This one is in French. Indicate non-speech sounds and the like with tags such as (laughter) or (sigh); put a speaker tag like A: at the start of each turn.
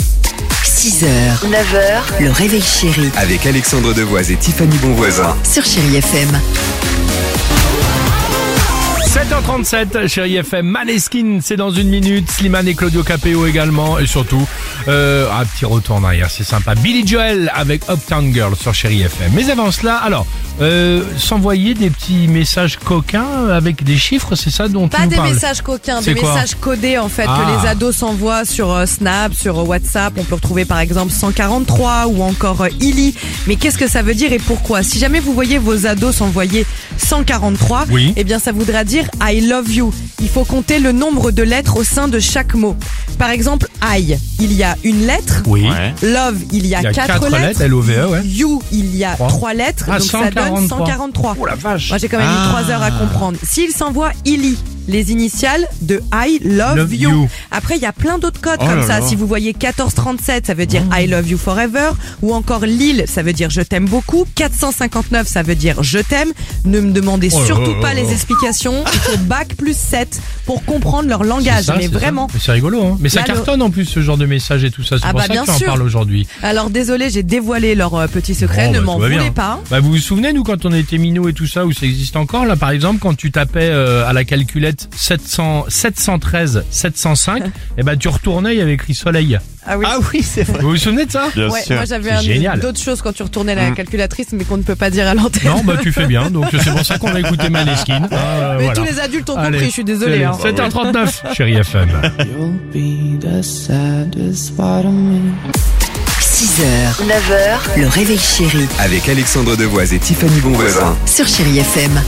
A: 6h, 9h, le réveil chéri
B: Avec Alexandre Devoise et Tiffany Bonvoisin.
A: sur Chérie FM.
C: 7h37, chérie FM, Maneskin, c'est dans une minute, Slimane et Claudio Capéo également, et surtout, euh, un petit retour en arrière, c'est sympa. Billy Joel avec Uptown Girl sur chérie FM. Mais avant cela, alors, euh, s'envoyer des petits messages coquins avec des chiffres, c'est ça dont
D: Pas
C: tu nous
D: des
C: parles
D: messages coquins,
C: C'est
D: des
C: quoi
D: messages codés en fait
C: Ah.
D: que les ados s'envoient sur euh, Snap, sur euh, WhatsApp. On peut retrouver par exemple 143 ou encore euh, Illy. Mais qu'est-ce que ça veut dire et pourquoi Si jamais vous voyez vos ados s'envoyer 143,
C: Oui.
D: eh bien ça voudra dire I love you. Il faut compter le nombre de lettres au sein de chaque mot. Par exemple, I, il y a une lettre.
C: Oui.
D: Love, il y a,
C: Il y a
D: quatre,
C: quatre lettres,
D: lettres.
C: LOVE, E, ouais.
D: You, il y a
C: Trois.
D: trois, lettres.
C: Ah,
D: donc ça donne
C: 143.
D: 143.
C: Oh la vache.
D: Moi, j'ai quand même
C: Ah.
D: eu trois heures à comprendre. S'il s'envoie ILI, les initiales de I love,
C: Love
D: you.
C: you.
D: Après, il y a plein d'autres codes
C: Oh
D: comme
C: là
D: ça.
C: là. Oh.
D: Si vous voyez 1437, ça veut dire I love you forever. Ou encore Lille, ça veut dire je t'aime beaucoup. 459, ça veut dire je t'aime. Ne me demandez
C: Oh là
D: surtout
C: là
D: pas
C: là là.
D: les explications. Il faut bac plus 7 pour comprendre leur langage.
C: C'est ça,
D: Mais
C: c'est ça.
D: vraiment.
C: Mais C'est rigolo, hein. Mais ça
D: Là, le-
C: cartonne en plus ce genre de messages et tout ça. C'est
D: Ah
C: pour
D: bah,
C: ça
D: bien
C: que tu en
D: sûr.
C: parles aujourd'hui.
D: Alors, désolé, j'ai dévoilé leur euh, petit secret.
C: Bon,
D: ne
C: bah,
D: m'en
C: tout va bien.
D: voulez pas.
C: Bah, vous vous souvenez, nous, quand on était minots et tout ça, où ça existe encore, là, par exemple, quand tu tapais euh, à la calculette 700, 713, 705,
D: (laughs)
C: et ben tu retournais, il y avait écrit soleil.
D: Ah oui.
C: Vous vous souvenez de ça
D: Ouais, moi j'avais
C: C'est génial.
D: un- d'autres choses quand tu retournais la calculatrice, mais qu'on ne peut pas dire à l'antenne.
C: Non, bah tu fais bien, donc c'est pour ça qu'on va écouter Maneskin. Euh,
D: (laughs) Mais
C: voilà.
D: tous les adultes ont
C: Allez,
D: compris, je suis désolée.
C: c'est-
D: hein.
C: 7h39, chérie FM.
E: You'll be the saddest part of me.
A: 6h, 9h, le réveil chéri
B: Avec Alexandre Devoise et Tiffany Bonvoisin.
A: sur Chérie FM.